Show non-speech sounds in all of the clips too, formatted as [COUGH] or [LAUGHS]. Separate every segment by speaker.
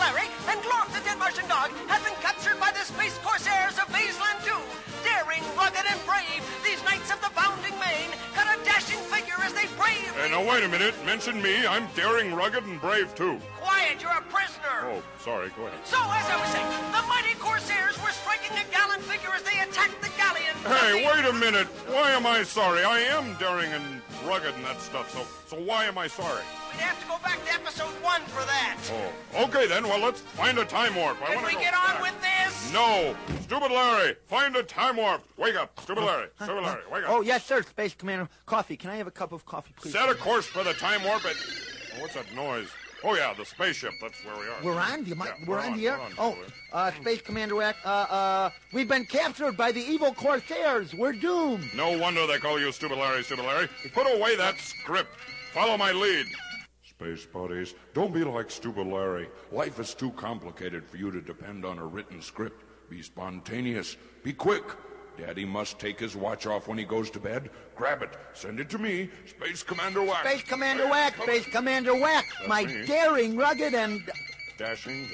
Speaker 1: Merrick and Lorf the dead Martian dog have been captured by the space corsairs of Baseland 2. Daring, rugged, and brave, these knights of the bounding main cut a dashing figure as they brave.
Speaker 2: Hey, now wait a minute. Mention me. I'm daring, rugged, and brave too.
Speaker 1: Quiet, you're a prisoner.
Speaker 2: Oh, sorry. Go ahead.
Speaker 1: So, as I was saying, the mighty corsairs were striking a gallant figure as they attacked the galleon.
Speaker 2: Hey, wait a minute. Why am I sorry? I am daring and rugged and that stuff. So, so why am I sorry?
Speaker 1: We'd have to go back to episode one for that.
Speaker 2: Oh, okay then. Well, let's find a time warp. I
Speaker 1: Can
Speaker 2: wanna
Speaker 1: we
Speaker 2: go
Speaker 1: get on
Speaker 2: back. Hmm?
Speaker 1: with this?
Speaker 2: No, stupid Larry. Find a time warp. Wake up, stupid Larry. Stupid Larry, wake up.
Speaker 3: Oh, yes, sir, Space Commander. Coffee. Can I have a cup of coffee, please?
Speaker 2: Set a course for the time warp at. Oh, what's that noise? Oh yeah, the spaceship. That's where we are.
Speaker 3: We're on. You might,
Speaker 2: Yeah,
Speaker 3: we're, on, the air.
Speaker 2: we're on.
Speaker 3: oh, uh, Space Commander Wack. Uh, uh, we've been captured by the evil Corsairs. We're doomed.
Speaker 2: No wonder they call you Stupid Larry, Stupid Larry. Put away that script. Follow my lead. Space buddies, don't be like Stupid Larry. Life is too complicated for you to depend on a written script. Be spontaneous. Be quick. Daddy must take his watch off when he goes to bed. Grab it. Send it to me, Space Commander Wax.
Speaker 3: Space Commander Wack. Space Commander Wack. My
Speaker 2: me.
Speaker 3: daring, rugged, and
Speaker 2: Dashing.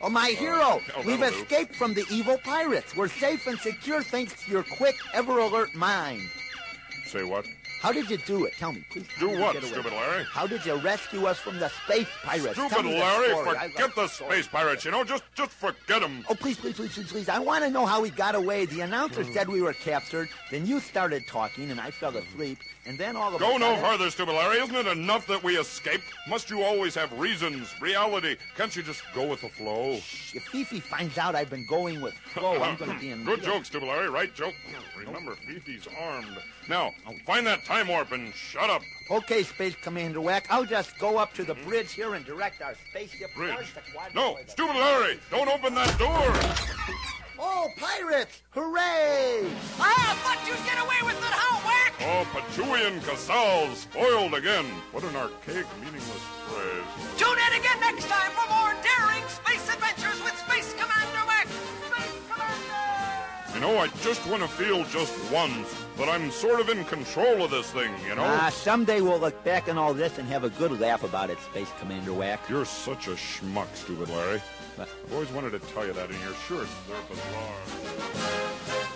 Speaker 3: oh, my hero.
Speaker 2: oh,
Speaker 3: We've
Speaker 2: that'll do.
Speaker 3: escaped from the evil pirates. We're safe and secure thanks to your quick, ever alert mind.
Speaker 2: Say what?
Speaker 3: How did you do it? Tell me, please. How
Speaker 2: Do
Speaker 3: did you
Speaker 2: what,
Speaker 3: get away?
Speaker 2: Stupid Larry?
Speaker 3: How did you rescue us from the space pirates? Tell
Speaker 2: Stupid
Speaker 3: me the
Speaker 2: Larry,
Speaker 3: story. I
Speaker 2: forget
Speaker 3: love
Speaker 2: the
Speaker 3: story.
Speaker 2: space pirates, you know? Just just forget them.
Speaker 3: Oh, please, please, please, please, please. I want to know how we got away. The announcer
Speaker 2: Mm.
Speaker 3: said we were captured. Then you started talking, and I fell asleep. And then all of
Speaker 2: Go
Speaker 3: a
Speaker 2: no
Speaker 3: sudden-
Speaker 2: farther, stupid Larry. Isn't it enough that we escaped? Must you always have reasons, reality? Can't you just go with the flow?
Speaker 3: Shh, If Fifi finds out I've been
Speaker 2: [LAUGHS]
Speaker 3: going with Flo, I'm going to be in
Speaker 2: Good joke, stupid Larry. Right joke. Remember, Fifi's armed. Now, find that time warp and shut up.
Speaker 3: Okay, Space Commander Wack, I'll just go up to the bridge here and direct our spaceship towards
Speaker 2: Mm. Bridge.
Speaker 3: the quadrupole.
Speaker 2: No, stupid Larry, don't open that door.
Speaker 3: Oh, pirates! Hooray!
Speaker 1: Ah, but you'd get away with it, how, Wack?
Speaker 2: Oh, Patchouli and Casal spoiled again. What an archaic, meaningless phrase.
Speaker 1: Tune in again next time for more daring space adventures with Space Commander Wack. Space Commander!
Speaker 2: You know, I just want to feel just once that I'm sort of in control of this thing, you know?
Speaker 3: Ah, someday we'll look back on all this and have a good laugh about it, Space Commander Wack.
Speaker 2: You're such a schmuck, stupid Larry. I've always wanted to tell you that, and you're sure it's there bizarre.